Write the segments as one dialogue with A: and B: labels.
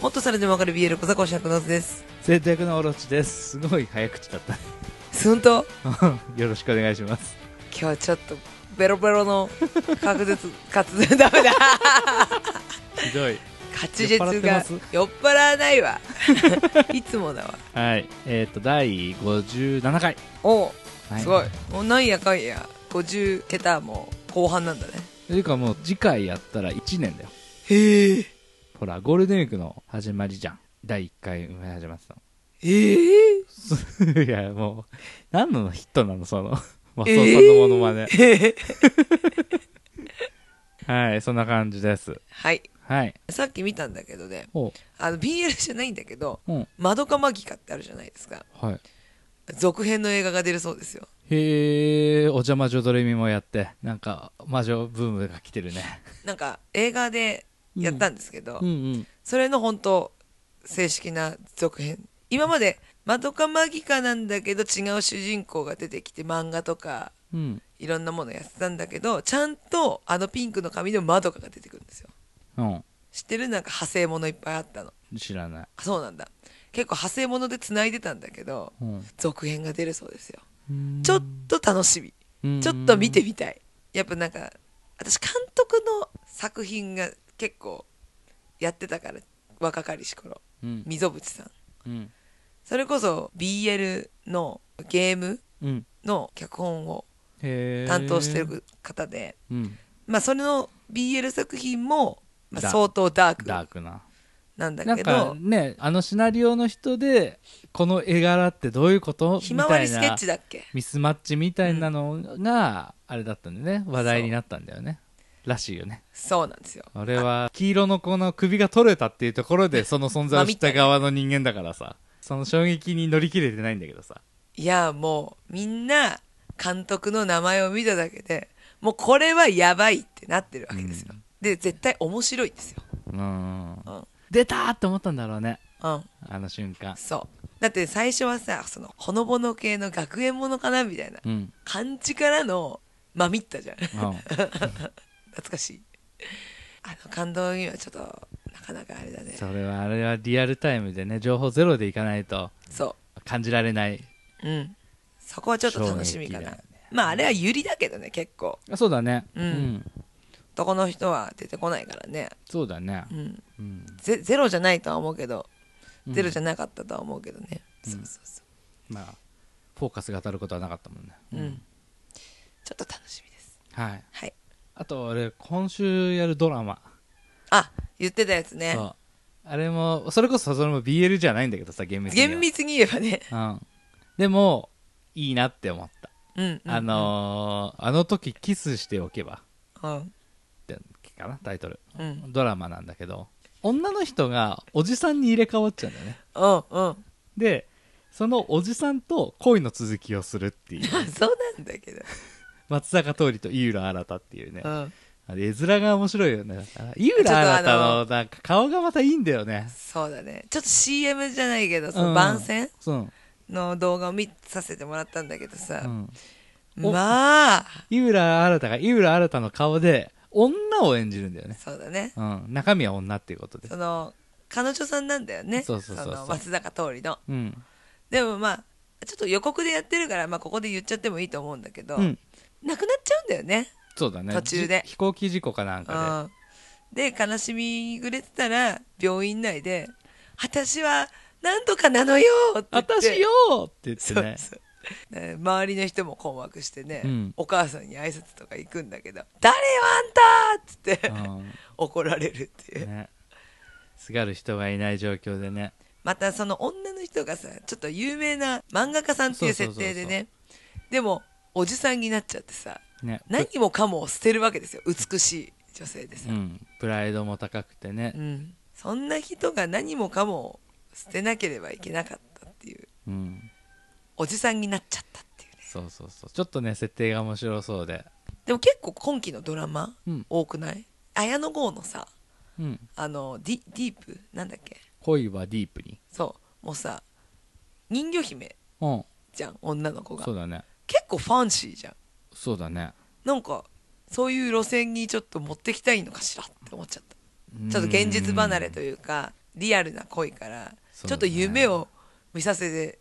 A: もっとそれでもわかる BL 小坂おしゃくのずです。
B: 生徒役のオロチですすごい早口だったね
A: すんと、
B: よろしくお願いします
A: 今日はちょっと、ベロベロの滑 舌、滑舌ダメだ。
B: ひどい
A: 滑舌
B: 酔っ払って
A: が
B: ます
A: 酔っ払わないわ。 いつもだわ。
B: はいえっ、と第57回、
A: おう
B: は
A: すごい。もうなんやかんや、50桁も後半なんだね。
B: というかもう次回やったら1年だよ
A: へえ。
B: ほらゴールデンウィークの始まりじゃん第1回生まれ始まってた
A: ええ。
B: の いやもう何のヒットなの そのマスオさんのモノマネ、はいそんな感じです
A: はい。
B: はい
A: さっき見たんだけどね、
B: お
A: あの BL じゃないんだけど、
B: うん
A: マドカマギカってあるじゃないですか。
B: はい
A: 続編の映画が出るそうですよ。
B: へえお邪魔女ドレミもやってなんか魔女ブームが来てるね
A: なんか映画でやったんですけど、
B: んうん
A: それの本当正式な続編今までマドカマギカなんだけど違う主人公が出てきて漫画とか
B: うん
A: いろんなものやってたんだけどちゃんとあのピンクの髪のマドカが出てくるんですよ
B: うん
A: 知ってるなんか派生ものいっぱいあったの
B: 知らない。
A: あそうなんだ結構派生もので繋いでたんだけど続編が出るそうですよちょっと楽しみちょっと見てみたい。やっぱなんか、私監督の作品が結構やってたから、若かりし頃。
B: うん。
A: 溝淵さん。
B: うん。
A: それこそ BL のゲーム
B: うん。
A: の脚本を
B: へー
A: 担当して。る方で、
B: うん。
A: まあそれの BL 作品も、まあ、
B: ダ
A: 相当ダー
B: ダー
A: ク
B: クな。
A: なんだ
B: な
A: け
B: んか
A: ど、
B: ね、あのシナリオの人で、この絵柄ってどういうこと
A: ひまわりスケッチ
B: だ。
A: だっけ
B: ミスマッチみたいなのが、あれだったんでね、話題になったんだよね。らしいよね。
A: そうなんですよ。
B: あれは、黄色の子の首が取れたっていうところで、その存在を知った側の人間だからさ、その衝撃に乗り切れてないんだけどさ。
A: いや、もうみんな監督の名前を見ただけで、もうこれはやばいってなってるわけですよ。で、絶対面白いんですよ。
B: う
A: う。
B: ん
A: ん。
B: 出たーって思ったんだろうね。
A: うん。
B: あの瞬間。
A: そう。だって最初はさ、その、ほのぼの系の学園ものかなみたいな
B: うん。
A: 感じからの、まみったじゃん。
B: うん。
A: 懐かしい。あの感動にはちょっと、なかなかあれだね。
B: それはあれはリアルタイムでね情報ゼロでいかないと
A: そ。
B: 感じられないう
A: うん。そこはちょっと楽しみか
B: 衝
A: な
B: 撃だ。
A: まああれはユリだけどね、結構。
B: あそうだね
A: うん男の人は出てこないからね。
B: そうだね
A: うん。
B: うん
A: ゼゼロじゃないとは思うけど、
B: うん
A: ゼロじゃなかったとは思うけどね。そうそうそ
B: まあフォーカスが当たることはなかったもんね
A: う。うん。ちょっと楽しみです。
B: はい
A: はい。
B: あと俺今週やるドラマ
A: あ、言ってたやつね
B: そ。うあれもそれこそそれも BL じゃないんだけどさ厳密には
A: 厳密に言えばね。
B: うんでもいいなって思った
A: うんうんうん
B: あのーあの時キスしておけば
A: うん
B: ってかなタイトル
A: うん
B: ドラマなんだけど女の人がおじさんに入れ替わっちゃうんだよね
A: うんうん
B: でそのおじさんと恋の続きをするっ ていう
A: そうなんだけど、
B: 松坂桃李と井浦新っていうね
A: うん、
B: あれ絵面が面白いよねあ井浦新のなんか顔がまたいいんだよね
A: そうだねちょっと CM じゃないけどそ
B: うん
A: の番宣
B: そう、
A: の動画を見させてもらったんだけどさ
B: う、ん、お
A: まあ
B: 井浦新が井浦新の顔で女を演じるんだよね、
A: そうだね
B: うん、中身は女っていうことで
A: その彼女さんなんだよね
B: そうそうそうそう
A: の松坂桃李の
B: うん
A: でもまあちょっと予告でやってるから、まあ、ここで言っちゃってもいいと思うんだけど、
B: うん
A: なくなっちゃうんだよね、
B: そうだね
A: 途中で
B: じ飛行機事故かなん
A: う
B: か
A: ん、で悲しみぐれてたら病院内で「私はなんとかなのよ!」って言
B: で「
A: って
B: 私よ!」って言って
A: そう
B: ね
A: そうね周りの人も困惑してね、
B: うん
A: お母さんに挨拶とか行くんだけど「誰よあんた!」っつって、
B: うん
A: 怒られるっていう、
B: ねすがる人がいない状況でね
A: またその女の人がさちょっと有名な漫画家さんっていう設定でね
B: そうそう
A: でもおじさんになっちゃってさ
B: ね
A: 何もかもを捨てるわけですよ美しい女性でさ、
B: うん、プライドも高くてね
A: う、んそんな人が何もかもを捨てなければいけなかったっていう
B: うん、
A: おじさんになっちゃったっていうね
B: そうそうそうちょっとね設定が面白そうで
A: でも結構今期のドラマ、
B: うん
A: 多くない綾野剛のさ
B: うん、
A: あのディディープなんだっけ
B: 恋はディープに
A: そうもうさ人魚姫
B: うん
A: じゃん女の子が
B: そうだね
A: 結構ファンシーじゃん
B: そうだね
A: なんかそういう路線にちょっと持ってきたいのかしらって思っちゃったちょっと現実離れというかリアルな恋から、
B: そう
A: ちょ
B: だね
A: っと夢を見させ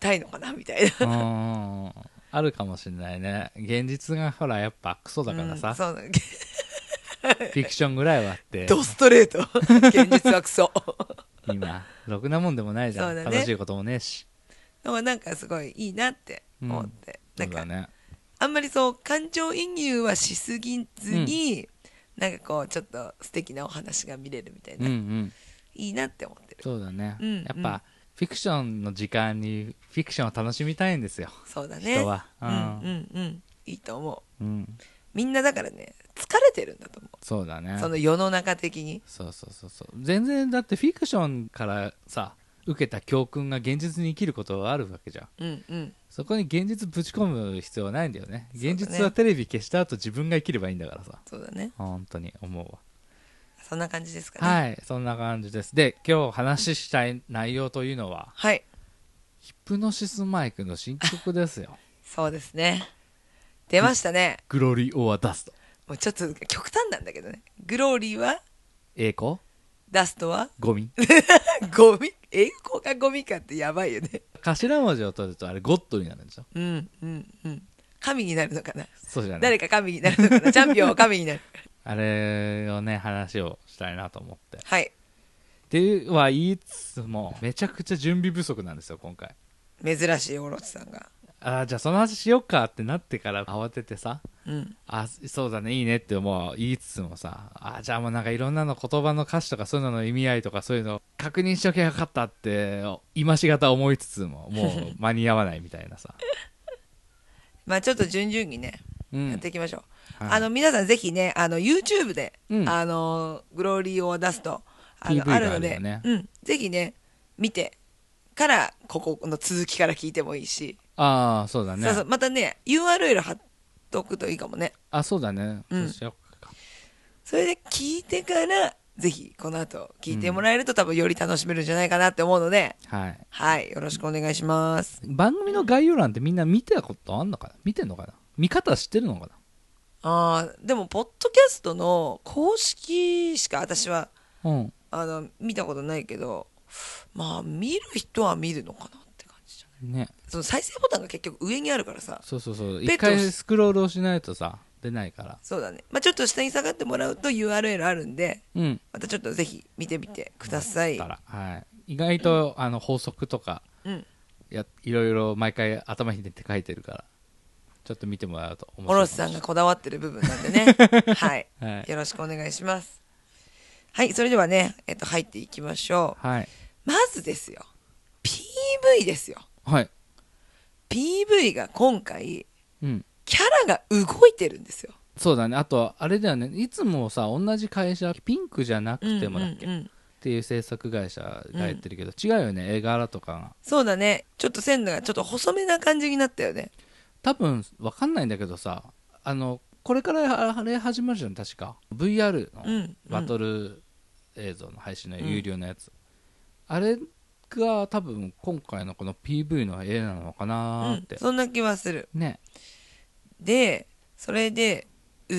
A: たいのかなみたいな。
B: うんあるかもしれないね現実がほらやっぱクソだから
A: うん
B: さ、
A: そうなん
B: フィクションぐらいはあって
A: ドストレート現実はクソ
B: 今ろくなもんでもないじゃ
A: そ
B: ん、
A: うだね
B: 楽しいこともねえし
A: でもなんかすごいいいなって思って、
B: そう
A: な
B: だ
A: んか
B: ね
A: あんまりそう感情移入はしすぎずに、なんかこうちょっと素敵なお話が見れるみたい
B: うん
A: な、
B: うん
A: いいなって思ってる
B: そうだね、
A: うんうん
B: やっぱフィクションの時間にフィクションを楽しみたいんですよ
A: そうだね
B: 人は
A: う
B: うんん
A: うんうんいいと思う
B: うん
A: みんなだからね疲れてるんだと思
B: そうだ
A: う、
B: ね
A: その世の中的に
B: そうそうそうそう全然だってフィクションからさ受けた教訓が現実に生きることはあるわけじゃん
A: うんうん
B: そこに現実ぶち込む必要はないんだよね
A: そうだね
B: 現実はテレビ消した後自分が生きればいいんだからさ
A: そうだね
B: 本当に思うわ
A: そんな感じですかねい、
B: はいそんな感じですで今日話ししたい内容というのは
A: はい、
B: ヒプノシスマイクの新曲で すよ
A: そうですね出ましたね
B: グロリー・オア・ダスト
A: もうちょっと極端なんだけどねグローリーは
B: 栄光
A: ダストは
B: ゴミ
A: ゴ ミ栄光がゴミかってやばいよね
B: 頭文字を取るとあれゴッドになるんでしょ
A: うんうんうん神になるのかな
B: そうじゃな
A: 誰
B: い
A: か神になるのか なチャンピオンは神になる
B: あれをね話をしたいなと思って
A: はい
B: では言いつつもめちゃくちゃ準備不足なんですよ今回
A: 珍しいオロチさんが
B: ああじゃあその話しよっかってなってから慌ててさ
A: うん
B: あそうだねいいねってもう言いつつもさあじゃあもうなんかいろんなの言葉の歌詞とかそういうのの意味合いとかそういうの確認しときゃよかったって今しがた思いつつ ももう間に合わないみたいなさ、
A: まあちょっと順々にね、
B: うん
A: やっていきましょう、
B: はい
A: あの皆さんぜひねあの YouTube で、
B: うん
A: あのグローリーを出すとあ
B: PV
A: の
B: が
A: あ
B: あ
A: る
B: る
A: の
B: よね
A: で、うん、ぜひね見てからここの続きから聞いてもいいし、
B: ああそうだね
A: そうそうまたね URL 貼っとくといいかもね
B: あそうだね、
A: うん
B: そうしようか
A: それで聞いてからぜひこの後聞いてもらえると、多分より楽しめるんじゃないかなって思うので
B: はい
A: はいよろしくお願いします
B: 番組の概要欄ってみんな見てたことあんのかな見てんのかな見方知ってるのかな
A: あーでもポッドキャストの公式しか私は
B: うん
A: あの見たことないけどまあ見る人は見るのかなって感じじゃない
B: ね
A: その再生ボタンが結局上にあるからさ
B: そうそうそう
A: ペッ
B: 一
A: トを
B: 回スクロールをしないとさ出ないから
A: そうだね、まあ、ちょっと下に下がってもらうと URL あるんで
B: うん
A: またちょっとぜひ見てみてください
B: だから、はい、意外と、あの法則とか
A: うん
B: やいろいろ毎回頭ひねって書いてるからちょっと見てもらうと面
A: お
B: 白
A: ろ
B: い
A: し
B: か
A: さ
B: も
A: ん
B: し
A: がこだわってる部分なんで ねはい、
B: はい
A: よろしくお願いしますはいそれではね、えっと、入っていきましょう
B: はい
A: まずですよ PV ですよ
B: はい、
A: PV が今回
B: うん、
A: キャラが動いてるんですよ
B: そうだねあとあれだよねいつもさ同じ会社ピンクじゃなくてもだっけ、
A: うんう
B: っ
A: んうん
B: ていう制作会社がやってるけど、違うよね絵柄とかが
A: そうだねちょっと線がちょっと細めな感じになったよね
B: 多分わかんないんだけどさあのこれからあれ始まるじゃん確か VR の、
A: うんうん
B: バトル映像の配信の有料のやつ、あれが多分今回のこの PV の絵なのかなーって、
A: うんそんな気はする
B: ね
A: でそれで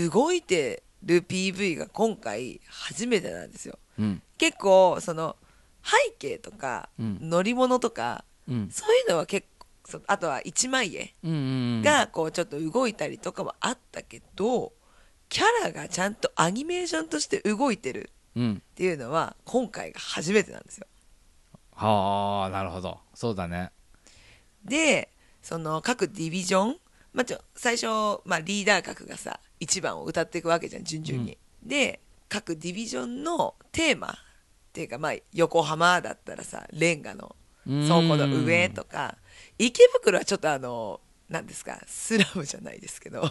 A: 動いてる PV が今回初めてなんですよ
B: うん
A: 結構その背景とか
B: うん
A: 乗り物とか、
B: うん
A: そういうのは結構そあとは一枚絵
B: うんうん
A: がこうちょっと動いたりとかはあったけどキャラがちゃんとアニメーションとして動いてる
B: うん
A: っていうのは今回が初めてなんですよ
B: はあなるほどそうだね
A: でその各ディビジョン、まあ、ちょ最初、まあ、リーダー格がさ1番を歌っていくわけじゃん順々に、で各ディビジョンのテーマっていうか、まあ、横浜だったらさレンガの倉庫の上とか池袋はちょっとあの何ですかスラムじゃないですけ ど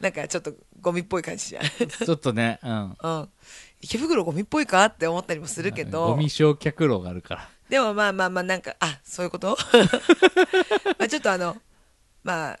A: なんかちょっとゴミっぽい感じじゃん、
B: ちょっ とねうん
A: うん、池袋ゴミっぽいかって思ったりもするけど
B: ゴミ焼却炉があるから
A: でもまあまあまあなんかあそういうこと まあちょっとあのまあ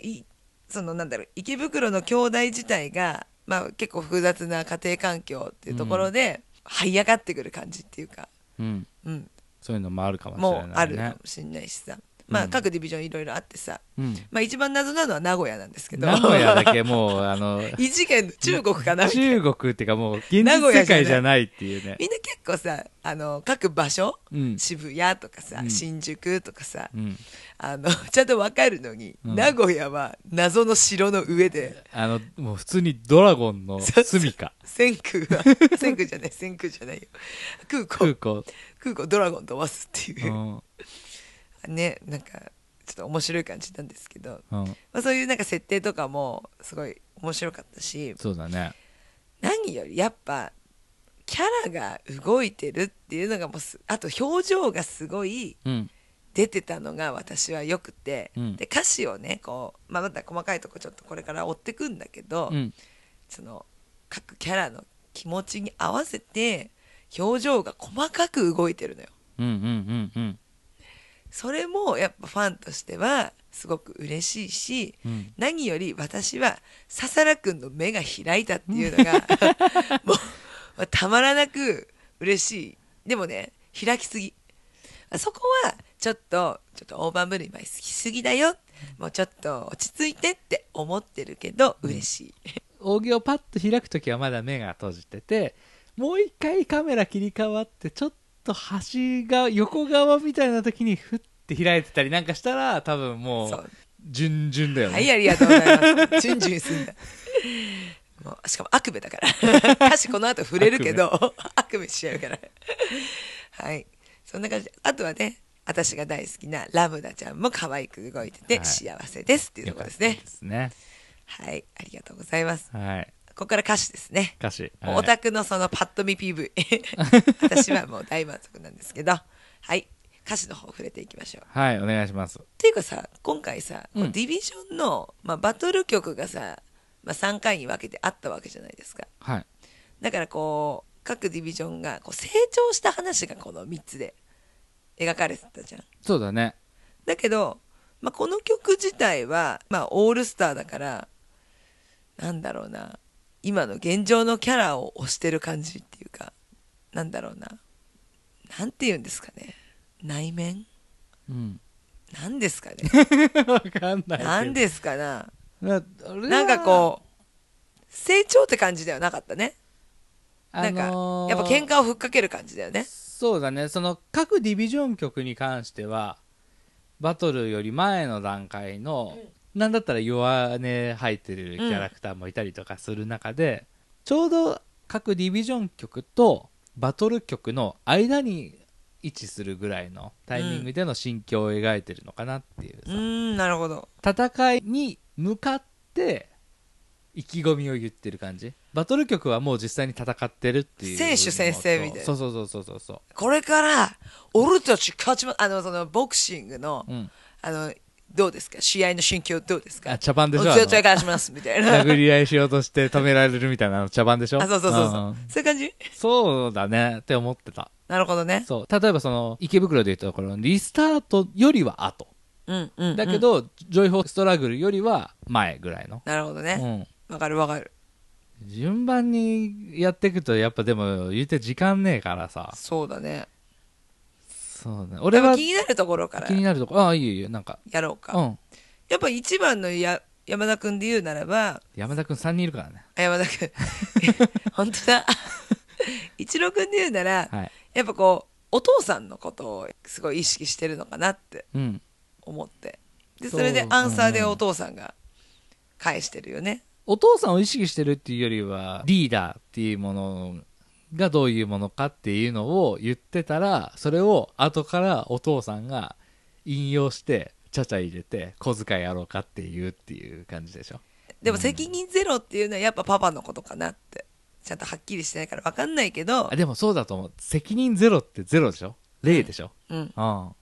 A: いそのなんだろう池袋の兄弟自体が、まあ、結構複雑な家庭環境っていうところで、這い上がってくる感じっていうか、
B: うん
A: うん、
B: そういうのもあるかもしれない、
A: も
B: ね、
A: うあるかもしれないしさ、ま
B: う
A: あ、
B: ん
A: 各ディビジョンいろいろあってさ、
B: うん
A: まあ、一番謎なのは名古屋なんですけど
B: 名古屋だけもうあの
A: 異次元の中国かなみたいな
B: 中国っていうかもう現実
A: 名古
B: 世
A: 屋じゃない
B: 界じゃないっていうね
A: みんな結構さあの各場所、
B: うん
A: 渋谷とかさ、
B: うん
A: 新宿とかさ、
B: うん
A: あの ちゃんと分かるのに、
B: うん
A: 名古屋は謎の城の上で
B: あのもう普通にドラゴン の
A: そうそう
B: 住みか
A: 千空 は千空じゃない千空じゃないよ空港空
B: 空港、
A: 港ドラゴン飛ばすっていうう、
B: ん
A: ねなんかちょっと面白い感じなんですけど、
B: う
A: ま
B: ん、
A: あ、そういうなんか設定とかもすごい面白かったし
B: そうだね
A: 何よりやっぱキャラが動いてるっていうのがもうすあと表情がすごい
B: うん
A: 出てたのが私はよくて、
B: うん
A: で歌詞をねこう、まあ、また細かいとこちょっとこれから追ってくんだけど、
B: うん
A: その各キャラの気持ちに合わせて表情が細かく動いてるのよ
B: うんうんうん
A: それもやっぱファンとしてはすごく嬉しいし、
B: うん
A: 何より私は笹らくんの目が開いたっていうのがもうたまらなく嬉しいでもね開きすぎそこはちょっとちょっと大盤振る舞いすぎすぎだよもうちょっと落ち着いてって思ってるけど嬉しい、
B: 扇をパッと開く時はまだ目が閉じててもう一回カメラ切り替わってちょっと端が横側みたいな時にふって開いてたりなんかしたら多分も
A: そうう
B: 順々だよね、
A: はいありがとうございますチュンチュンすんだもうしかも悪夢だから 歌詞この後触れるけど悪夢しちゃうからはいそんな感じであとはね私が大好きなラムダちゃんも可愛く動いて
B: は
A: て
B: い
A: 幸せですっていうと
B: よ
A: こ
B: か
A: ろ
B: っ
A: ですね
B: たですね
A: はいありがとうございます
B: はい
A: ここから歌詞ですね
B: 歌詞
A: もうオタクのそのパッと見 PV 私はもう大満足なんですけどはい歌詞の方触れていきましょう
B: はい、はいお願いします
A: っていうかさ今回さ、こう
B: うん
A: ディビジョンの、まあ、バトル曲がさ、まあ、3回に分けてあったわけじゃないですか
B: はい
A: だからこう各ディビジョンがこう成長した話がこの3つで描かれてたじゃん
B: そうだね
A: だけど、まあ、この曲自体は、まあ、オールスターだからなんだろうな今の現状のキャラを推してる感じっていうかなんだろうななんて言うんですかね内面
B: うん
A: なんですかね
B: わかんないけど
A: なんですかな
B: なあれは
A: なんかこう成長って感じではなかったね、
B: あのー
A: なんかやっぱ喧嘩をふっかける感じだよね
B: そうだねその各ディビジョン局に関してはバトルより前の段階の、なんだったら弱音入ってるキャラクターもいたりとかする中で、ちょうど各ディビジョン局とバトル局の間に位置するぐらいのタイミングでの心境を描いてるのかなっていう
A: う
B: さ、
A: ーんなるほど
B: 戦いに向かって意気込みを言ってる感じバトル局はもう実際に戦ってるっていう
A: 選手先生みたいな
B: そうそうそうそうそうそう
A: これから俺たち勝ちまあのそのボクシングの、
B: うん、
A: あのどうですか試合の心境どうですか
B: あ茶番でしょ
A: お
B: あの
A: 強い勝ちますみたいな
B: 殴り合いしようとして止められるみたいなの茶番でしょ
A: あそうそうそうそう、
B: ん
A: そういう感じ
B: そうだねって思ってた
A: なるほどね
B: そう例えばその池袋でいうところリスタートよりは後
A: うんうん、うん
B: だけど、ジョイフォーストラグルよりは前ぐらいの、
A: なるほど
B: う
A: ね
B: ん、
A: わ、かるわかる
B: 順番にやっていくとやっぱでも言うて時間ねえからさ
A: そうだね
B: そうね
A: これ
B: 俺は
A: 気
B: 気
A: になるところから
B: になるとこああいいよいいよなんか
A: やろうか、
B: うん
A: やっぱ一番のや山田君で言うならば
B: 山田君3人いるからね
A: あ山田 君本当だ一郎君で言うなら、
B: はい
A: やっぱこうお父さんのことをすごい意識してるのかなって
B: うん
A: 思ってで
B: そ
A: そ
B: う
A: れでアンサーで
B: うんうん
A: お父さんが返してるよね
B: お父さんを意識してるっていうよりはリーダーっていうものがどういうものかっていうのを言ってたらそれを後からお父さんが引用してちゃちゃ入れて小遣いやろうかっていうっていう感じでしょ
A: でも責任ゼロっていうのはやっぱパパのことかなってちゃんとはっきりしてないから分かんないけど
B: あでもそうだと思う責任ゼロってゼロでしょ0でしょ、
A: うんっ
B: うん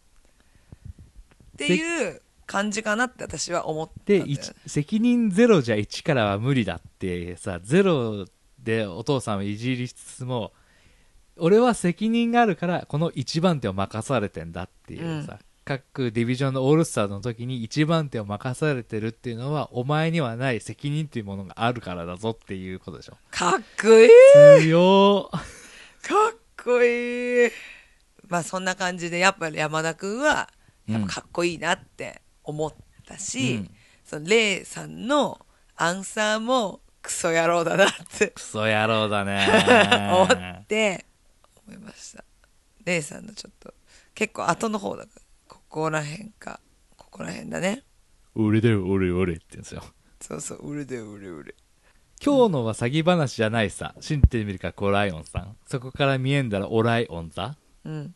A: ていう感じかなって私は思ったんだ
B: で
A: よね
B: 一責任ゼロじゃ1からは無理だってさゼロでお父さんをいじりしつつも俺は責任があるからこの1番手を任されてんだっていうさ、各ディビジョンのオールスターの時に1番手を任されてるっていうのはお前にはない責任っていうものがあるからだぞっていうことでしょ
A: かっこいい
B: 強っ
A: かっこいいまあそんな感じでやっぱり山田君はやっぱかっこいいなって思ったし、そのレイさんのアンサーもクソ野郎だなって
B: クソ野郎だね
A: 思 って思いましたレイさんのちょっと結構後の方だからここら辺かここら辺だね
B: 俺だよ俺俺って言うんですよ
A: そうそううるでうるうる
B: 今日のは詐欺話じゃないさ信じてみるかコライオンさんそこから見えんだらオライオンさ
A: うん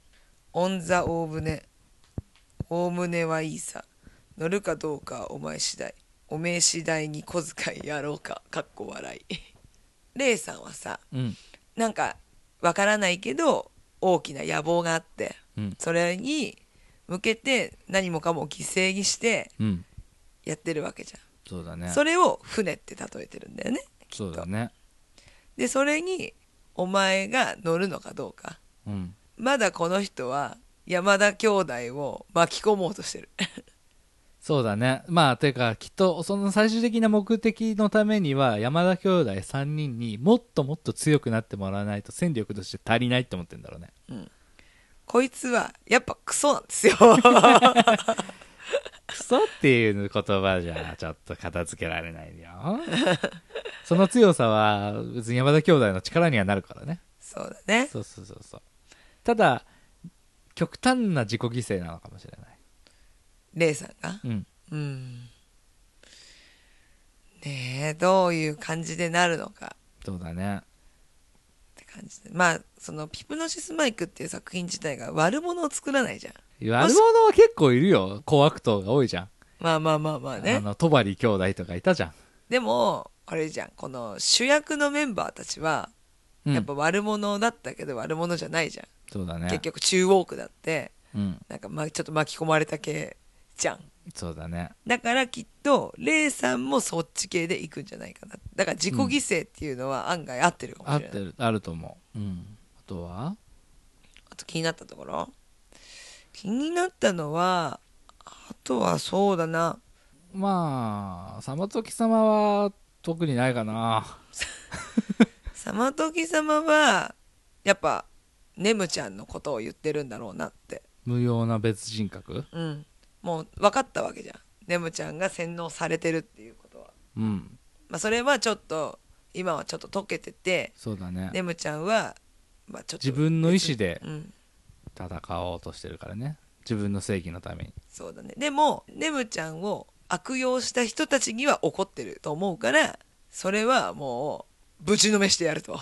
A: オンザオーブネおおむねはいいさ乗るかどうかはお前次第おめえ次第に小遣いやろうかかっこ笑い レイさんはさ
B: うん
A: なんかわからないけど大きな野望があって
B: うん
A: それに向けて何もかも犠牲にして
B: うん
A: やってるわけじ
B: そうだ
A: ゃん、
B: ね
A: それを船って例えてるんだよね
B: そうだね
A: でそれにお前が乗るのかどうか
B: うん
A: まだこの人は山田兄弟を巻き込もうとしてる
B: そうだねまあてかきっとその最終的な目的のためには山田兄弟3人にもっともっと強くなってもらわないと戦力として足りないって思ってんだろうね
A: こいつはやっぱクソなん ですよ
B: クソっていう言葉じゃちょっと片付けられないよその強さは別に山田兄弟の力にはなるからね
A: そうだね
B: そうそうそうそうただ極端な自己犠牲なのかもしれない
A: レイさんが
B: うん
A: うんねえどういう感じでなるのか
B: そうだね
A: って感じでまあその「ピプノシスマイク」っていう作品自体が悪者を作らないじゃん
B: 悪者は結構いるよ小悪党が多いじゃん
A: まあまあまあまあ
B: あ
A: ね
B: の戸張兄弟とかいたじゃん、
A: でもあれじゃんこの主役のメンバーたちは
B: うん
A: やっぱ悪者だったけど悪者じゃないじゃん、
B: そうだね
A: 結局中央区だって
B: うん
A: なんか、ま、ちょっと巻き込まれた系じゃん
B: そうだね
A: だからきっとレイさんもそっち系で行くんじゃないかなだから自己犠牲っていうのは案外合ってるかも
B: 合
A: しれ
B: っ
A: ない、
B: てるあると思う、うん、あとは
A: あと気になったところ気になったのはあとはそうだな
B: まあ様時様は特にないかな
A: サマトキ様はやっぱネムちゃんのことを言ってるんだろうなって
B: 無用な別人格
A: うんもう分かったわけじゃんネムちゃんが洗脳されてるっていうことは、
B: うん
A: まあ、それはちょっと今はちょっと解けてて
B: そうだね
A: ネムちゃんは、まあ、ちょっと
B: 自分の意思で
A: うん
B: 戦おうとしてるからね自分の正義のために
A: そうだねでもネムちゃんを悪用した人たちには怒ってると思うからそれはもうぶちのめしてやると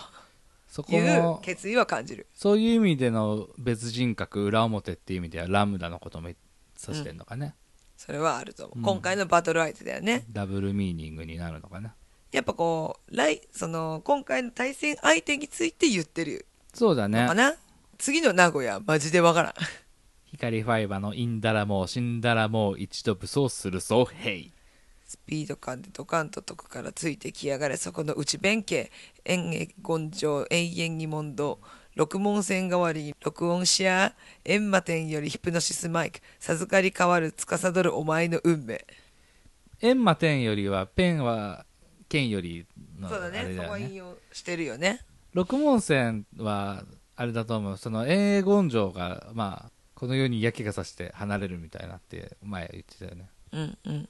B: そこ
A: いう
B: も
A: 決意は感じる
B: そういう意味での別人格裏表っていう意味ではラムダのことも指してんのかね、
A: それはあると思う、
B: うん
A: 今回のバトル相手だよね、
B: ダブルミーニングになるのかな
A: やっぱこう来その今回の対戦相手について言ってる
B: そうだ
A: の
B: ね
A: かな、次の名古屋マジでわからん
B: 光ファイバーのインダラも死んだらもう一度武装するぞヘイ
A: スピード感でドカンと解くからついてきやがれそこの内弁慶演芸根性永遠に問答六門線代わりに録音しや閻魔天よりヒプノシスマイク授かり変わる司るお前の運命
B: エンマ天よりはペンは剣よりのあ
A: そうだ
B: れだよ
A: ねそ
B: ね
A: こは引用してるよね
B: 六門線はあれだと思うその英語城がまあこの世に嫌気がさして離れるみたいなって前言ってたよね
A: うんうん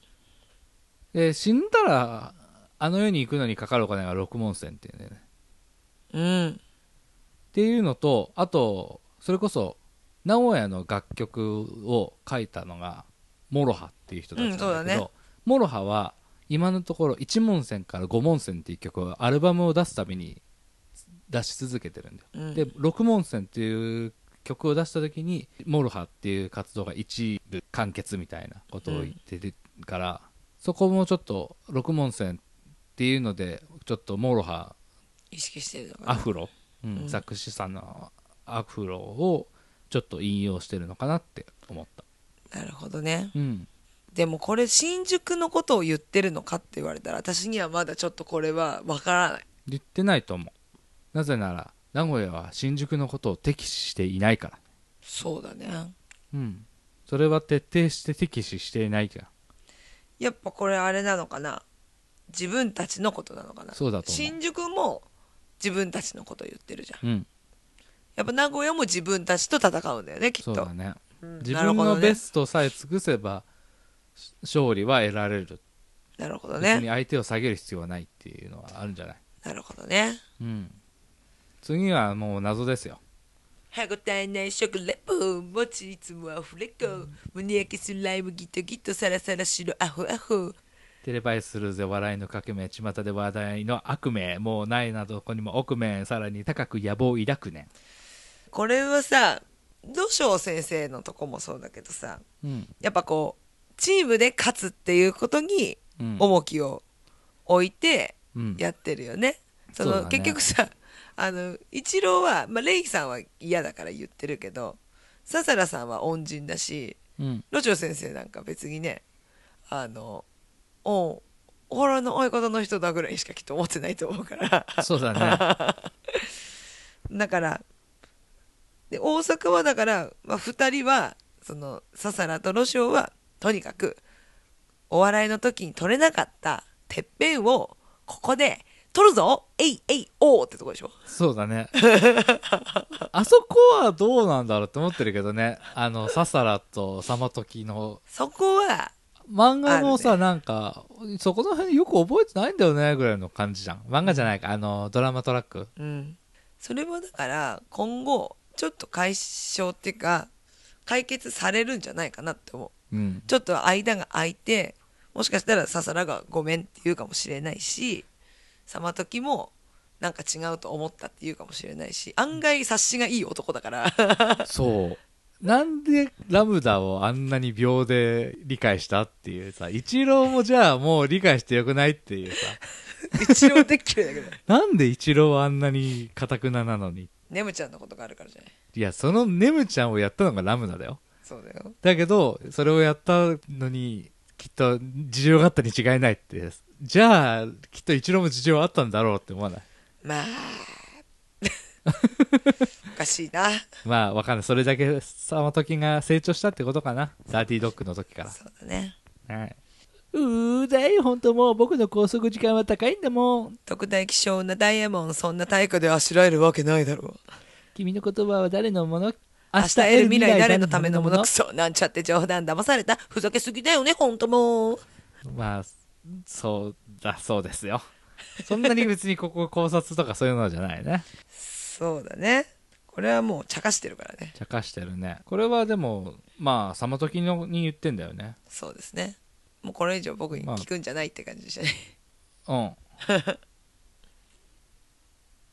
B: で死んだらあの世に行くのにかかるお金が六門線っていうんだよね
A: うん
B: っていうのとあとそれこそ名古屋の楽曲を書いたのがモロハっていう人たちなんだけど、
A: うんそうだね
B: モロハは今のところ1問線から5問線っていう曲をアルバムを出すために出し続けてるんだよ、
A: うん
B: で6問線っていう曲を出した時にモロハっていう活動が一部完結みたいなことを言ってるから、そこもちょっと6問線っていうのでちょっとモロハ
A: 意識してるのかな
B: アフロ、うん
A: うん
B: 作詞さんのアフロをちょっと引用してるのかなって思った、
A: なるほどね
B: うん、
A: でもこれ新宿のことを言ってるのかって言われたら私にはまだちょっとこれはわからない
B: 言ってないと思うなぜなら名古屋は新宿のことを敵視していないから、
A: そうだね
B: うん、それは徹底して敵視していないから
A: やっぱこれあれなのかな自分たちのことなのかな
B: そうだと思う
A: 新宿も自分たちのこと言ってるじゃん
B: うん
A: やっぱ名古屋も自分たちと戦うんだよねきっ
B: そう
A: と
B: だね
A: うん
B: 自
A: なる
B: 分
A: ほど
B: の
A: ね
B: ベストさえ尽くせばし勝利は得られる、
A: なるほど
B: 別に
A: ね
B: 相手を下げる必要はないっていうのはあるんじゃない、
A: なるほどね
B: うん、次はもう謎ですよ
A: 歯ごたえない食レポもちいつもアフレコ胸焼けスライムギトギトサラサラ白アホアホ
B: テレバイするぜ笑いの革命巷で話題の悪名もうないなどこにも奥名さらに高く野望を抱くね
A: これはさ土性先生のとこもそうだけどさ
B: うん
A: やっぱこうチームで勝つっていうことに
B: うん
A: 重きを置いて
B: うん
A: やってるよね。そ
B: そうだ
A: の
B: ね
A: 結局さあの一郎は、まあ、レイさんは嫌だから言ってるけど笹原さんは恩人だし
B: うん
A: 路長先生なんか別にねあのお俺の相方の人だぐらいしかきっと思ってないと思う から。
B: そうだね
A: だからで大阪はだから、まあ、2人はその笹原とロシオはとにかくお笑いの時に取れなかったてっぺんをここで取るぞえいえいおーってとこでしょ
B: そうだねあそこはどうなんだろうって思ってるけどねあのササラとサマトキの
A: そこは
B: 漫画も
A: あ
B: さ、なんかそこの辺よく覚えてないんだよねぐらいの感じじゃん漫画じゃないかあのドラマトラック
A: うんそれもだから今後ちょっと解消っていうか解決されるんじゃないかなって思う
B: うん
A: ちょっと間が空いてもしかしたら笹原がごめんって言うかもしれないしサマトキもなんか違うと思ったって言うかもしれないし案外察しがいい男だから
B: そう。なんでラムダをあんなに秒で理解したっていうさ、イチローもじゃあもう理解してよくないっていうさ、
A: 一応できるだけど
B: なんでイチローはあんなに堅くななのに。
A: ネムちゃんのことがあるからじゃない
B: いや、そのネムちゃんをやったのがラムダだよ。
A: そうだよ
B: だけど、それをやったのに、きっと事情があったに違いないって。じゃあ、きっとイチローも事情あったんだろうって思わない。
A: まあおかしいな
B: まあ、わかんない。それだけ、サマトキが成長したってことかな。ダーティードッグの時から。
A: そうだね
B: はい、うーだい本当もう僕の拘束時間は高いんだもん
A: 特大希少なダイヤモンそんな対価であしらえるわけないだろう
B: 君の言葉は誰のもの
A: 明日得る未来誰のためのものクソなんちゃって冗談騙されたふざけすぎだよねほんともう
B: まあそうだそうですよそんなに別にここ考察とかそういうのじゃないね
A: そうだねこれはもう茶化してるからね
B: 茶化してるねこれはでもまあサマトキのに言ってんだよね
A: そうですねもうこれ以上僕に聞くんじゃないって感じでしたね、
B: うん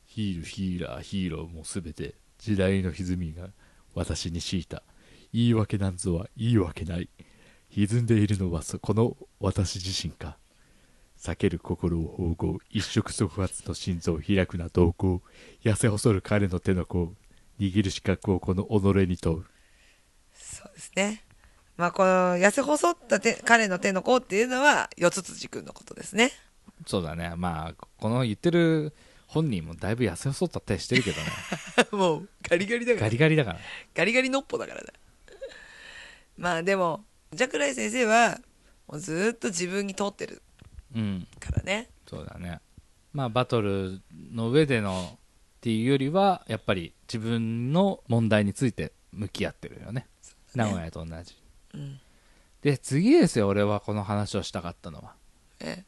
B: ヒールヒーラーヒーローもすべて時代の歪みが私に強いた言い訳なんぞは言い訳ない歪んでいるのはそこの私自身か避ける心を縫合一触即発の心臓を開くな動向痩せ細る彼の手の甲握る資格をこの己に問う
A: そうですねまあこの痩せ細った手彼の手の甲っていうのは四つ辻君のことですね
B: そうだねまあこの言ってる本人もだいぶ痩せ細った手してるけどね
A: もうガリガリだからガリ
B: ガリだから
A: ガリのっぽだからだまあでもジャクライ先生はもうずーっと自分に通ってる
B: うん
A: からね
B: そうだねまあバトルの上でのっていうよりはやっぱり自分の問題について向き合ってるよね名古屋と同じ
A: うん
B: で次ですよ俺はこの話をしたかったのは
A: え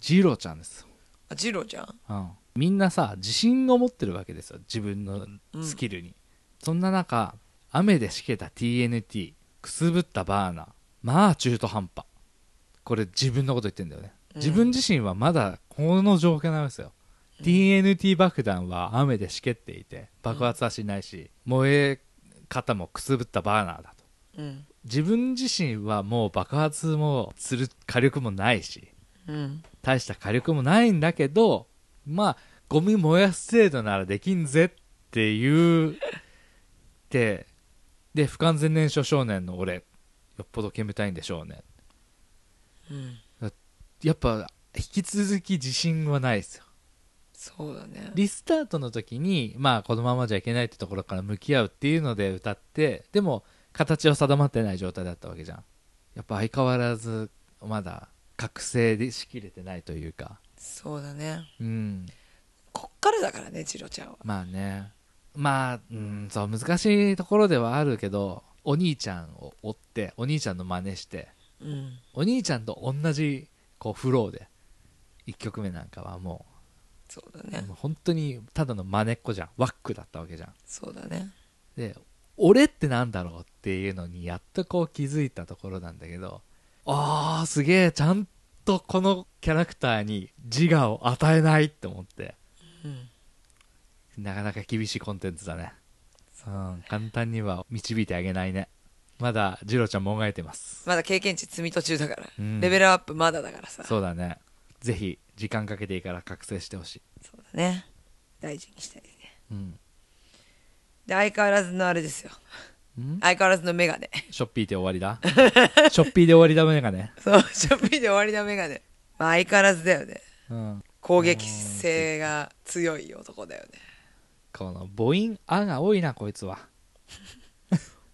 B: ジロちゃんですよ、
A: あジローちゃん
B: うん、みんなさ自信を持ってるわけですよ自分のスキルに、そんな中雨でしけた TNT くすぶったバーナーまあ中途半端これ自分のこと言ってんだよね
A: うん
B: 自分自身はまだこの状況なんですよ、TNT 爆弾は雨でしけっていて爆発はしないし、燃え方もくすぶったバーナーだと
A: うん
B: 自分自身はもう爆発もする火力もないし
A: うん
B: 大した火力もないんだけどまあゴミ燃やす程度ならできんぜっていうてで不完全燃焼少年の俺よっぽど煙たいんでしょうね
A: うん
B: やっぱ引き続き自信はないですよ
A: そうだね
B: リスタートの時にまあこのままじゃいけないってところから向き合うっていうので歌ってでも形は定まってない状態だったわけじゃんやっぱ相変わらずまだ覚醒でしきれてないというか
A: そうだね
B: うん
A: こっからだからねジローちゃんは
B: まあねまあ、うん、そう難しいところではあるけどお兄ちゃんを追ってお兄ちゃんの真似して
A: うん
B: お兄ちゃんと同じこうフローで1曲目なんかはも
A: そうだ
B: う
A: ね
B: もう本当にただの真似っこじゃんワックだったわけじゃん
A: そうだね
B: で俺ってなんだろうっていうのにやっとこう気づいたところなんだけどあーすげえちゃんとこのキャラクターに自我を与えないって思って
A: うん
B: なかなか厳しいコンテンツだねうん簡単には導いてあげないねまだジロちゃんもがいてます
A: まだ経験値積み途中だから、
B: うん
A: レベルアップまだだからさ
B: そうだねぜひ時間かけていいから覚醒してほしい
A: そうだね大事にしたいですね
B: うん
A: で相変わらずのあれですよ
B: ん
A: 相変わらずのメガネ
B: ショッピーで終わりだショッピーで終わりだメガネ
A: そうショッピーで終わりのメガネまあ相変わらずだよね
B: うん
A: 攻撃性が強い男だよね
B: この母音「あ」が多いなこいつは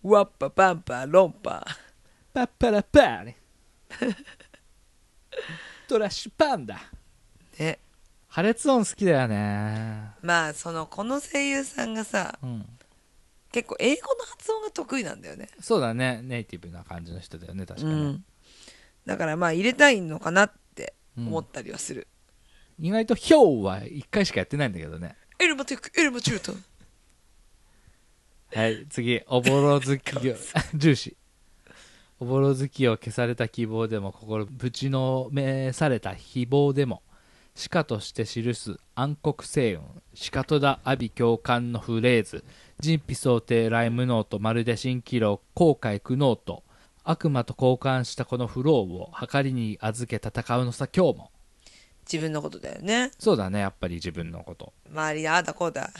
A: ワッパパンパロンパ
B: パッパラパ ーねトラッシュパンダ
A: ね
B: 破裂音好きだよね
A: まあそのこの声優さんがさ
B: うん
A: 結構英語の発音が得意なんだよね
B: そうだねネイティブな感じの人だよね確か
A: う
B: に、
A: んだからまあ入れたいのかなって思ったりはする、
B: 意外と「ひょう」は1回しかやってないんだけどね
A: エルマテックエルマチュートン
B: はい、次、おぼろ月夜、 重視。おぼろ月夜を消された希望でも、心ぶちのめされた希望でも、しかとして記す暗黒星雲、しかとだ阿鼻教官のフレーズ、人皮想定来無能とまるで蜃気楼、後悔苦悩と、悪魔と交換したこのフローを、計りに預け戦うのさ、今日も。
A: 自分のことだよね
B: そうだね、やっぱり自分のこと。
A: 周りでああだこうだ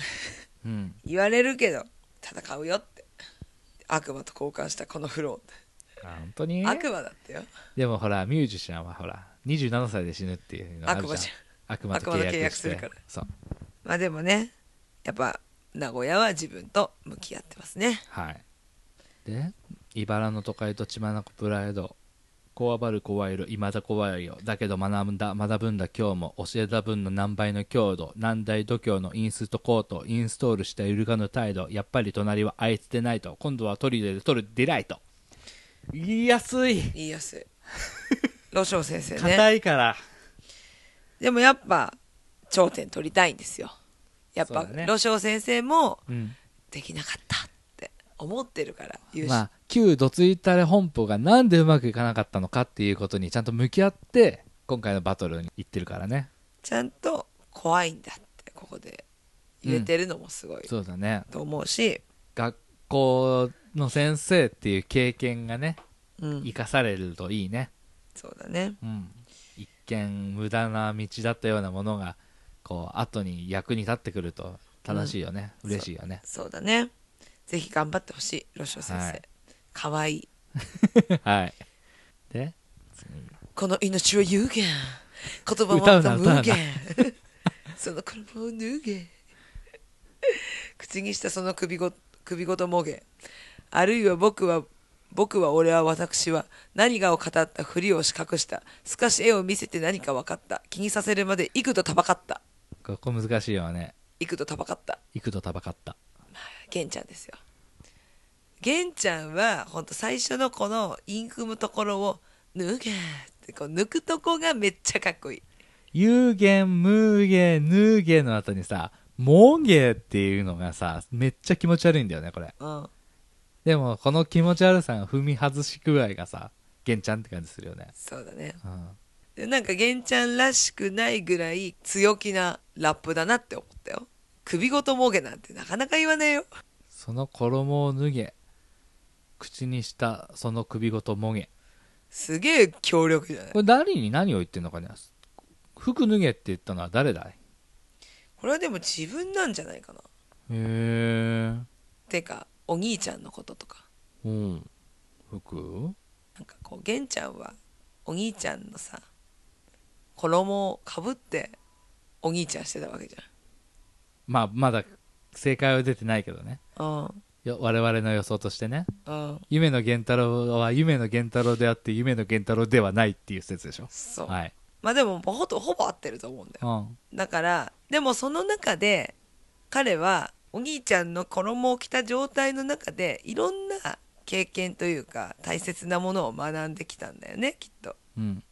B: うん。
A: 言われるけど戦うよって悪魔と交換したこのフロ
B: あ本当に
A: ー悪魔だったよ
B: でもほらミュージシャンはほら27歳で死ぬっていうのあるじ
A: 悪
B: ゃん
A: 魔じ
B: 悪魔と契約して
A: 悪魔と契約するから
B: そう
A: まあでもねやっぱ名古屋は自分と向き合ってますね
B: はいで茨の都会と血眼プライドこわばる怖いる未だ怖いよだけど学んだ学ぶんだ今日も教えた分の何倍の強度何大度胸のインストコートインストールした揺るがぬ態度やっぱり隣はあいつでないと今度はトリレで取るデライト言いやすい
A: 言いやすい ロショウ先生ね
B: 硬いから、
A: でもやっぱ頂点取りたいんですよやっ
B: そう
A: ぱ、
B: だね
A: ロショウ先生も
B: うん
A: できなかったって思ってるから言うし、
B: まあ、旧ドツイタレ本舗がなんでうまくいかなかったのかっていうことにちゃんと向き合って今回のバトルに行ってるからね
A: ちゃんと怖いんだってここで言えてるのもすごい
B: そうだね
A: と思うし、
B: 学校の先生っていう経験がね
A: うん
B: 生かされるといいね、
A: そうだね
B: うん、一見無駄な道だったようなものがこう後に役に立ってくると正しいよね、
A: ん
B: 嬉しいよね
A: そうだねぜひ頑張ってほしいロショウ先
B: は
A: 生
B: い
A: かわいい
B: はいで
A: この命は有限言葉も
B: 歌
A: ま
B: うな
A: た無
B: 歌う
A: 限 その衣を脱げ口にしたその首ご首ごともげあるいは僕は僕は俺は私は何がを語ったふりをし隠した透かし絵を見せて何か分かった気にさせるまで幾度たばかった
B: ここ難しいよね
A: 幾度たばかった
B: 幾度高かった
A: 玄ちゃんですよ玄ちゃんはほんと最初のこのイン踏むところを脱げってこう抜くとこがめっちゃかっこいい
B: 有限、無限、無限の後にさ、モゲっていうのがさ、めっちゃ気持ち悪いんだよね、これ。
A: うん
B: でも、この気持ち悪さが踏み外し具合がさ、ゲンちゃんって感じするよね。
A: そうだね
B: うん。
A: でなんか玄ちゃんらしくないぐらい強気なラップだなって思ったよ首ごともげなんてなかなか言わねえよ
B: その衣を脱げ、口にしたその首ごともげ。
A: すげえ強力じゃない
B: これ誰に何を言ってんのかね服脱げって言ったのは誰だい
A: これはでも自分なんじゃないかな
B: へえ。
A: てかお兄ちゃんのこととか
B: うん。服
A: なんかこう玄ちゃんはお兄ちゃんのさ衣をかぶってお兄ちゃんしてたわけじ
B: まあ、まだ正解は出てないけどね。
A: ゃん
B: よ我々の予想としてね。
A: うんうん
B: 夢の源太郎は夢の源太郎であって夢の源太郎ではないっていう説でしょ
A: そう、
B: はい、
A: まあでもほとほぼ合ってると思うんだよ
B: うん、
A: だからでもその中で彼はお兄ちゃんの衣を着た状態の中でいろんな経験というか大切なものを学んできたんだよねきっと
B: うん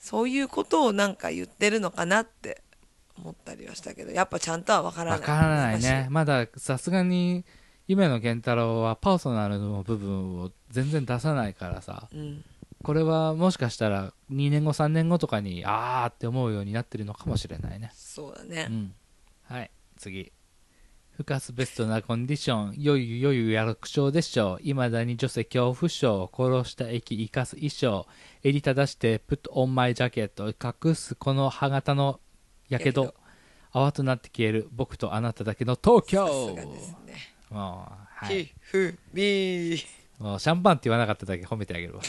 A: そういうことをなんか言ってるのかなって思ったりはしたけどやっぱちゃんとは分からない
B: わからない
A: 難
B: ね
A: し
B: まださすがに夢野源太郎はパーソナルの部分を全然出さないからさ
A: いうん、
B: これはもしかしたら2年後3年後とかにあーって思うようになってるのかもしれないね
A: そうだね、
B: うんはい次ふかすベストなコンディションよゆよゆ役所でしょういまだに女性恐怖症殺した駅生かす衣装襟正してプットオンマイジャケット隠すこの歯型のやけ
A: や
B: ど
A: け
B: 泡となって消える僕とあなただけの東京
A: さすがですね、
B: もう、はい、
A: ひふみー
B: もうシャンパンって言わなかっただけ褒めてあげ るわ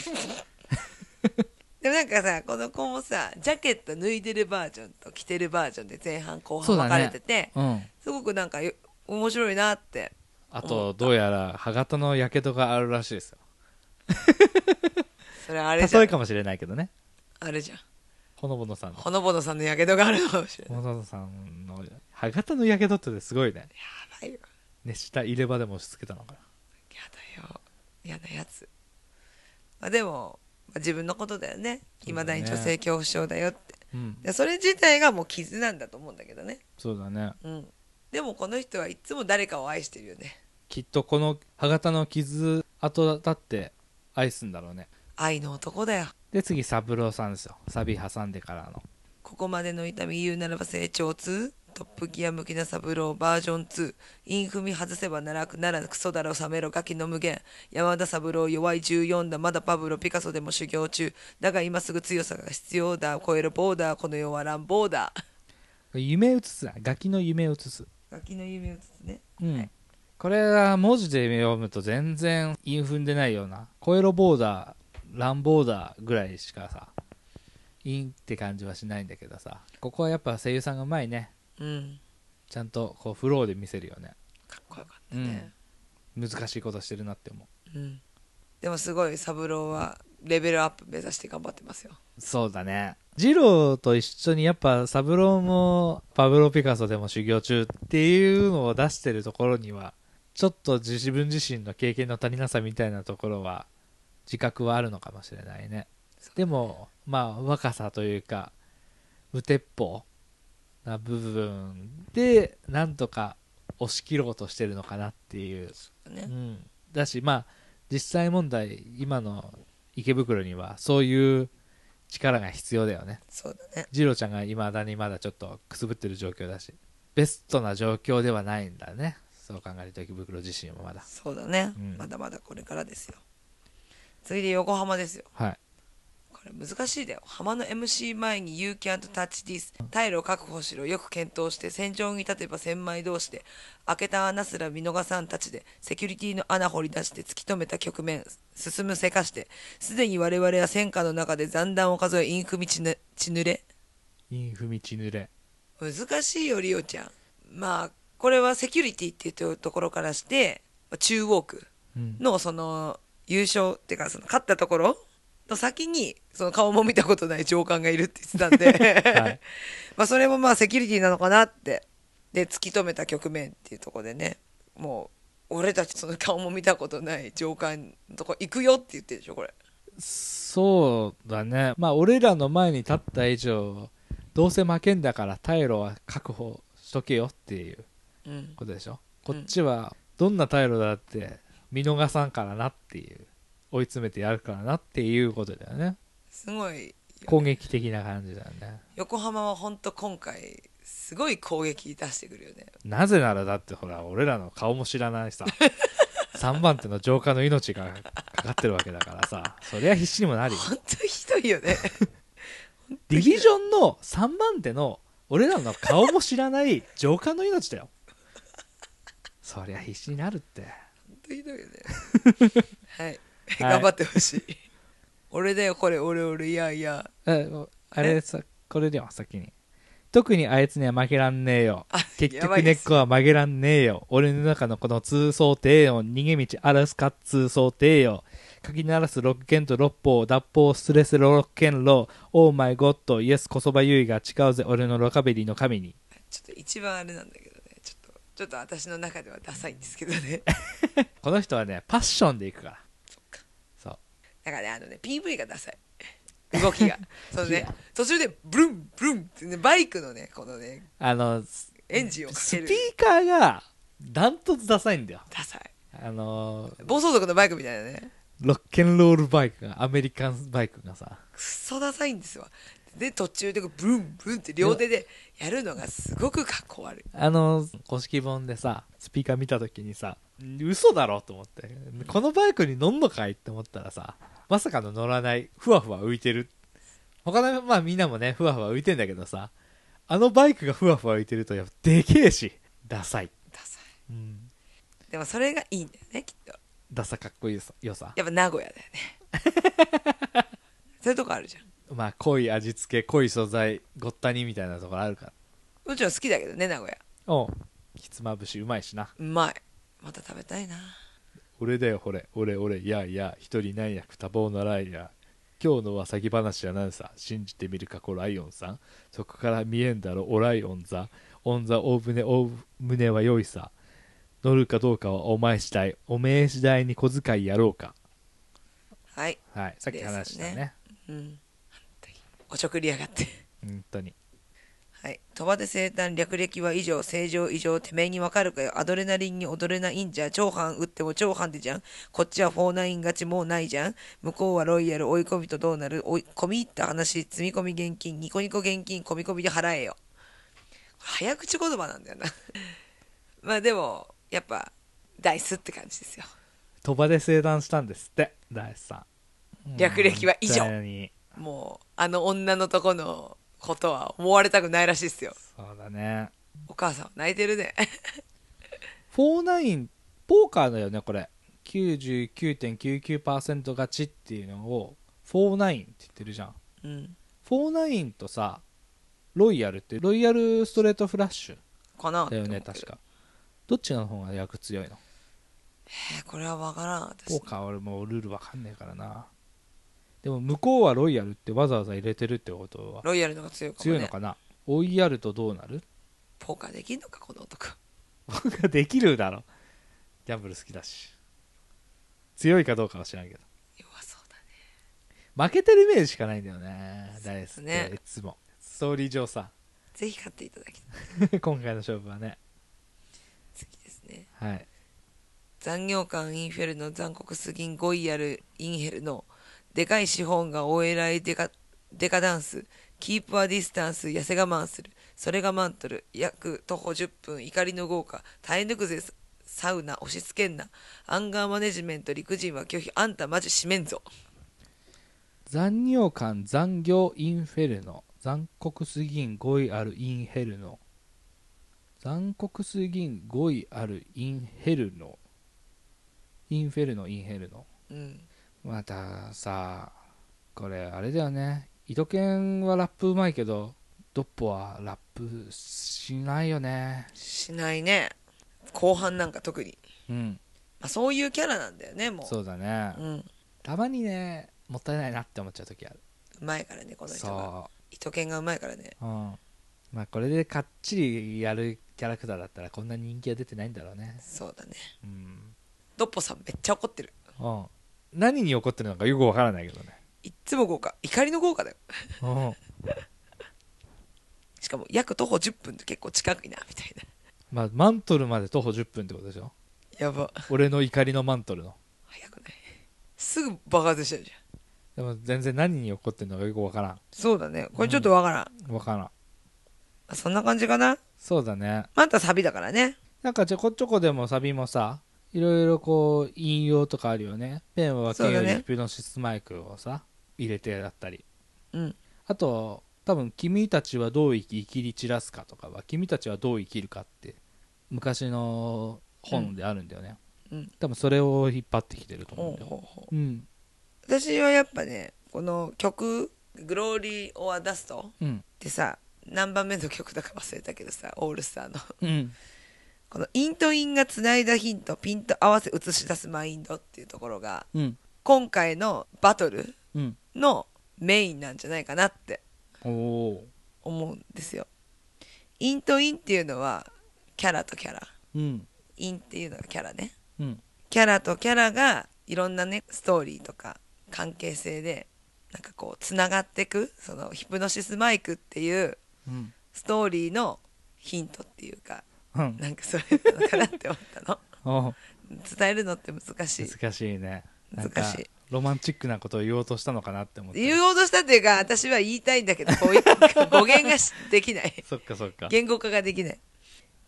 A: でもなんかさこの子もさジャケット脱いでるバージョンと着てるバージョンで前半後
B: そ
A: 半
B: うだ
A: 分
B: ね
A: かれてて、
B: うん
A: すごくなんかよ面白いなって
B: あとどうやら歯型のやけどがあるらしいですよ
A: それあれじゃ
B: 例え
A: ん
B: かもしれないけどね
A: あれじゃん
B: ほのぼのさんの
A: ほのぼのさんのやけどがあるのかもしれない
B: 小野さんの歯型のやけどってすごいね
A: やばいよ
B: 熱した入れ歯でも押し付けたのかな
A: やだよ嫌なやつ、まあ、でも、まあ自分のことだよねい
B: そう
A: ま
B: だね
A: だに女性恐怖症だよって
B: うん
A: でそれ自体がもう傷なんだと思うんだけどね
B: そうだね
A: うんでもこの人はいつも誰かを愛してるよね
B: きっとこの歯型の傷跡だって愛すんだろうね
A: 愛の男だよ
B: で次三郎さんですよサビ挟んでからの
A: ここまでの痛み言うならば成長2トップギア向きなサブローバージョン2インフミ外せばならくならクソだろ冷めろガキの無限山田サブロー弱い14だまだパブロピカソでも修行中だが今すぐ強さが必要だ超えるボーダーこの世は乱暴だ
B: 夢うつすなガキの夢うつす
A: ガキの夢をつつね
B: うんこれは文字で読むと全然韻踏んでないようなコエロボーダーランボーダーぐらいしかさ韻って感じはしないんだけどさここはやっぱ声優さんがうまいね
A: うん
B: ちゃんとこうフローで見せるよね
A: かっこよかったね、
B: 難しいことしてるなって思
A: うんでもすごいサブローはレベルアップ目指して頑張ってますよ
B: うそうだねジローと一緒にやっぱサブローもパブロ・ピカソでも修行中っていうのを出してるところにはちょっと自分自身の経験の足りなさみたいなところは自覚はあるのかもしれないねでもまあ若さというか無鉄砲な部分でなんとか押し切ろうとしてるのかなっていう
A: ね
B: うん、だしまあ実際問題今の池袋にはそういう力が必要だよね
A: そうだね
B: ジロちゃんがいまだにまだちょっとくすぶってる状況だしベストな状況ではないんだねそう考えると池袋自身もまだ
A: そうだね、
B: うん
A: まだまだこれからですよ次で横浜ですよ
B: はい
A: これ難しいだよ浜の MC 前に「You can't touch this」「退路を確保しろ」よく検討して戦場に立てば千枚同士で開けた穴すら見逃さんたちでセキュリティの穴掘り出して突き止めた局面進むせかしてすでに我々は戦火の中で残弾を数えインフミ血ぬ血濡れ
B: インフミチ濡れ
A: 難しいよリオちゃんまあこれはセキュリティっていうところからしてまあ中央区
B: うん
A: のその優勝っていうかその勝ったところの先にその顔も見たことない上官がいるって言ってたんで、
B: はい
A: まあそれもまあセキュリティなのかなってで突き止めた局面っていうところでねもう俺たちその顔も見たことない上官のとこ行くよって言ってるでしょこれ
B: そうだねまあ俺らの前に立った以上どうせ負けんだから退路は確保しとけよっていう
A: うん
B: ことでしょ
A: う
B: こ
A: ん
B: っちはどんな退路だって見逃さんからなっていう追い詰めてやるからなっていうことだよね
A: すごい
B: 攻撃的な感じだよね
A: 横浜は本当今回すごい攻撃出してくるよね
B: なぜならだってほら俺らの顔も知らないさ3番手の浄化の命がかかってるわけだからさそりゃ必死にもなるよ
A: 本当ひどいよね
B: ディビジョンの3番手の俺らの顔も知らない浄化の命だよそりゃ必死になるって
A: 本当ひどいよねはい
B: はい
A: 頑張ってほしい俺だよこれ俺俺いやいや
B: えあれさこれでは先に特にあいつには負けらんねえよ
A: あ
B: 結
A: やば
B: 局
A: い
B: 根
A: で
B: っ
A: す
B: こは曲げらんねえよ俺の中のこの通想低音逃げ道荒らすか通想低よかき鳴らす六剣と六方脱法スレスロ六剣ロオーマイゴッドイエスこそばゆいが誓うぜ俺のロカベリーの神に
A: ちょっと一番あれなんだけどねち ょっとちょっと私の中ではダサいんですけどね
B: この人はねパッションでいくから
A: なんかねあのね PV がダサい動き がそのね途中でブルンブルンって、ね、バイクのねこのね
B: あのス
A: エンジンをか
B: ス
A: け
B: ピ
A: る
B: ーカーがダントツダサいんだよ
A: ダサい
B: あのー
A: 暴走族のバイクみたいなね
B: ロッケンロールバイクがアメリカンバイクがさ
A: クソダサいんですわで途中でブルンブルンって両手でやるのがすごくかっこ悪い
B: あの公式本でさスピーカー見た時にさ嘘だろと思ってこのバイクに乗んのかいって思ったらさまさかの乗らないふわふわ浮いてる他のまあみんなもねふわふわ浮いてんだけどさあのバイクがふわふわ浮いてるとやっぱでけえしダサい、
A: ダサい
B: うん、
A: でもそれがいいんだよねきっと
B: ダサかっこいいさ良さ
A: やっぱ名古屋だよねそういうとこあるじゃん
B: まあ濃い味付け濃い素材ごったにみたいなところあるから
A: もちろん好きだけどね名古屋
B: おうひつまぶしうまいしな
A: うまいまた食べたいな
B: 俺だよほれ俺俺いやいや一人何役多忙ならいや今日のは先話は何さ信じてみるかコライオンさんそこから見えんだろオライオンザオンザ大船大船は良いさ乗るかどうかはお前次第おめえ次第に小遣いやろうか
A: はい
B: はいさっき話したね
A: ですうん本当におちょくりやがって
B: 本当に
A: はい鳥羽で生誕略歴は以上正常以上てめえにわかるかよアドレナリンに踊れないんじゃ長藩打っても長藩でじゃんこっちはフォーナイン勝ちもうないじゃん向こうはロイヤル追い込みとどうなる追い込み入った話積み込み現金ニコニコ現金込み込みで払えよ早口言葉なんだよな まあでもやっぱダイスって感じですよ
B: 鳥羽で生誕したんですって大地さん
A: 略歴は以上
B: 本当に
A: もうあの女のとこのことは思われたくないらしいっすよ
B: そうだね
A: お母さんは泣いてるね
B: 49ポーカーだよねこれ99.99%勝ちっていうのを49って言ってるじゃん
A: うん
B: 49とさロイヤルってロイヤルストレートフラッシュ
A: かなって
B: だよ
A: 思う
B: ね
A: けど
B: 確かどっちの方が役強いの
A: えーこれは分からん私
B: ポーカーは俺もうルールわかんないからなでも向こうはロイヤルってわざわざ入れてるってことは
A: ロイヤルの方が強いかもね
B: 強いのかな追いやるとどうなる
A: ポーカーできんのかこの男
B: 僕はできるだろギャンブル好きだし強いかどうかは知らんけど
A: 弱そうだね
B: 負けてるイメージしかないんだよねダイスっ
A: ね
B: ていつもストーリー上 さ
A: ぜひ買っていただきたい
B: 今回の勝負はね
A: 次ですね
B: はい
A: 残業感インフェルノ残酷すぎんゴイヤルインヘルノでかい資本がお偉いデカデカダンスキープアディスタンス痩せ我慢するそれ我慢とる約徒歩10分怒りの豪華耐え抜くぜサウナ押し付けんなアンガーマネジメント理不尽は拒否あんたマジ締めんぞ
B: 残尿感残業インフェルノ残酷すぎん語彙あるインヘルノ残酷すぎん語彙あるインヘルノインフェルノインヘルノ
A: うん
B: またさこれあれだよね糸犬はラップうまいけどドッポはラップしないよね
A: しないね後半なんか特に、
B: うん
A: まあ、そういうキャラなんだよねもう
B: そうだね
A: うん、う
B: たまにねもったいないなって思っちゃう時ある
A: まいからねこの人が
B: そ
A: 糸犬がうまいからね
B: う、うん、まあこれでかっちりやるキャラクターだったらこんな人気は出てないんだろうね
A: そうだね
B: うん、
A: ドッポさんめっちゃ怒ってる
B: うん、何に怒ってるのかよくわからないけどね、
A: いっつも豪華怒りの豪華だよ
B: うん、
A: しかも約徒歩10分って結構近いなみたいな
B: まあマントルまで徒歩10分ってことでしょ
A: やば
B: 俺の怒りのマントルの
A: 早くないすぐ爆発しちゃうじゃん
B: でも全然何に怒ってるのかよくわから
A: そうだねこれちょっとわからん、
B: んわからん
A: そんな感じかな
B: そうだね
A: またサビだからね
B: なんかちょこちょこでもサビもさいろいろこう引用とかあるよねペンは分け
A: そ
B: よ
A: うだ
B: り
A: ね
B: ヒプノシスマイクをさ入れてだったり
A: うん
B: あと多分「君たちはどう生き生きり散らすか」とかは「君たちはどう生きるか」って昔の本であるんだよね、
A: うんうん
B: 多分それを引っ張ってきてると
A: ほ
B: 思うん
A: う
B: だよ、
A: ほうほう
B: うん
A: 私はやっぱねこの曲「グローリー・オア・ダスト」っ
B: うん
A: てさ何番目の曲だか忘れたけどさオールスターの
B: うん
A: このインとインがつないだヒントピンと合わせ映し出すマインドっていうところが
B: うん
A: 今回のバトル
B: うん
A: のメインなんじゃないかなって
B: おお
A: 思うんですよ。インとインっていうのはキャラとキャラ
B: うん
A: インっていうのがキャラね
B: うん
A: キャラとキャラがいろんなねストーリーとか関係性でなんかこうつながってくそのヒプノシスマイクっていう
B: うん
A: ストーリーのヒントっていうか
B: うん
A: なんかそれなのかなって思ったの
B: お
A: 伝えるのって難しい
B: 難しいねなんか
A: 難しい
B: ロマンチックなことを言おうとしたのかなって思って
A: 言おうとしたっていうか私は言いたいんだけどこういう語源がしできない
B: そっかそっか
A: 言語化ができない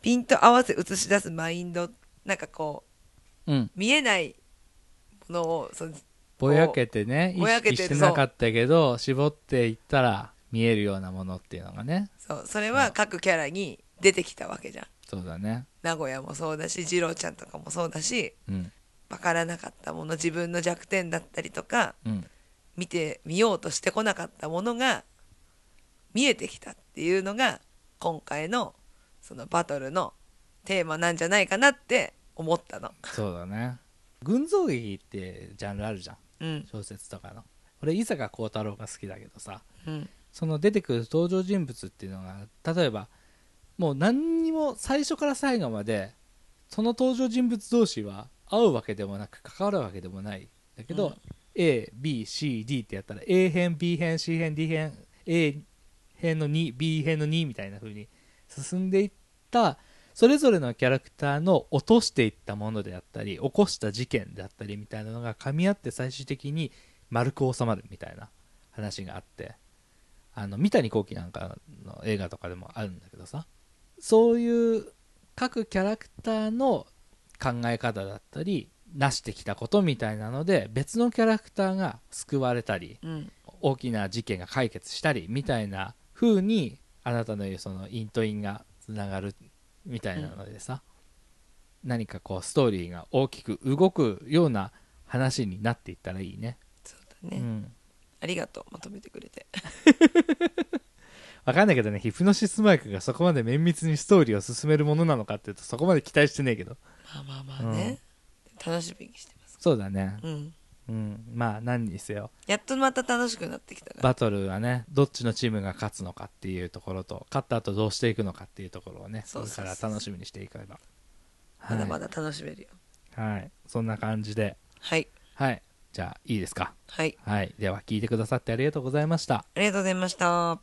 A: ピント合わせ映し出すマインドなんかこ
B: うん
A: う見えないものをその
B: ぼやけてね意
A: ぼやけて
B: 識してなかったけど絞っていったら見えるようなものっていうのがね
A: そうそれは各キャラに出てきたわけじゃん
B: そうだね
A: 名古屋もそうだし二郎ちゃんとかもそうだし
B: うん
A: 分からなかったもの自分の弱点だったりとか
B: うん
A: 見てみようとしてこなかったものが見えてきたっていうのが今回のそのバトルのテーマなんじゃないかなって思ったの。
B: そうだね 群像劇ってジャンルあるじゃん
A: うん
B: 小説とかの俺伊坂幸太郎が好きだけどさ
A: うん
B: その出てくる登場人物っていうのが例えばもう何にも最初から最後までその登場人物同士は会うわけでもなく関わるわけでもないだけど、
A: うん
B: ABCD ってやったら A 編 B 編 C 編 D 編 A 編の 2B 編の2みたいな風に進んでいったそれぞれのキャラクターの落としていったものであったり起こした事件であったりみたいなのが噛み合って最終的に丸く収まるみたいな話があってあの三谷幸喜なんかの映画とかでもあるんだけどさそういう各キャラクターの考え方だったり成してきたことみたいなので別のキャラクターが救われたり
A: うん
B: 大きな事件が解決したりみたいな風にあなたの言うそのインとインがつながるみたいなのでさ、何かこうストーリーが大きく動くような話になっていったらいいね。
A: そうだね、
B: うん
A: ありがとうまとめてくれて
B: わかんないけどね、ヒプノシスマイクがそこまで綿密にストーリーを進めるものなのかっていうと、そこまで期待してねえけど。
A: まあまあまあね、楽しみにしてます
B: そうだね。
A: うん
B: うん。まあ、何にせよ。
A: やっとまた楽しくなってきたから
B: バトルはね、どっちのチームが勝つのかっていうところと、勝った後どうしていくのかっていうところをね、
A: そ
B: そうれ
A: そうそ
B: か
A: う
B: ら楽しみにしていけば。は
A: ま
B: い
A: だまだ楽しめるよ
B: はい。そんな感じで。
A: はい
B: はい。じゃあ、いいですか。
A: はい
B: はい。では、聞いてくださってありがとうございました。
A: ありがとうございました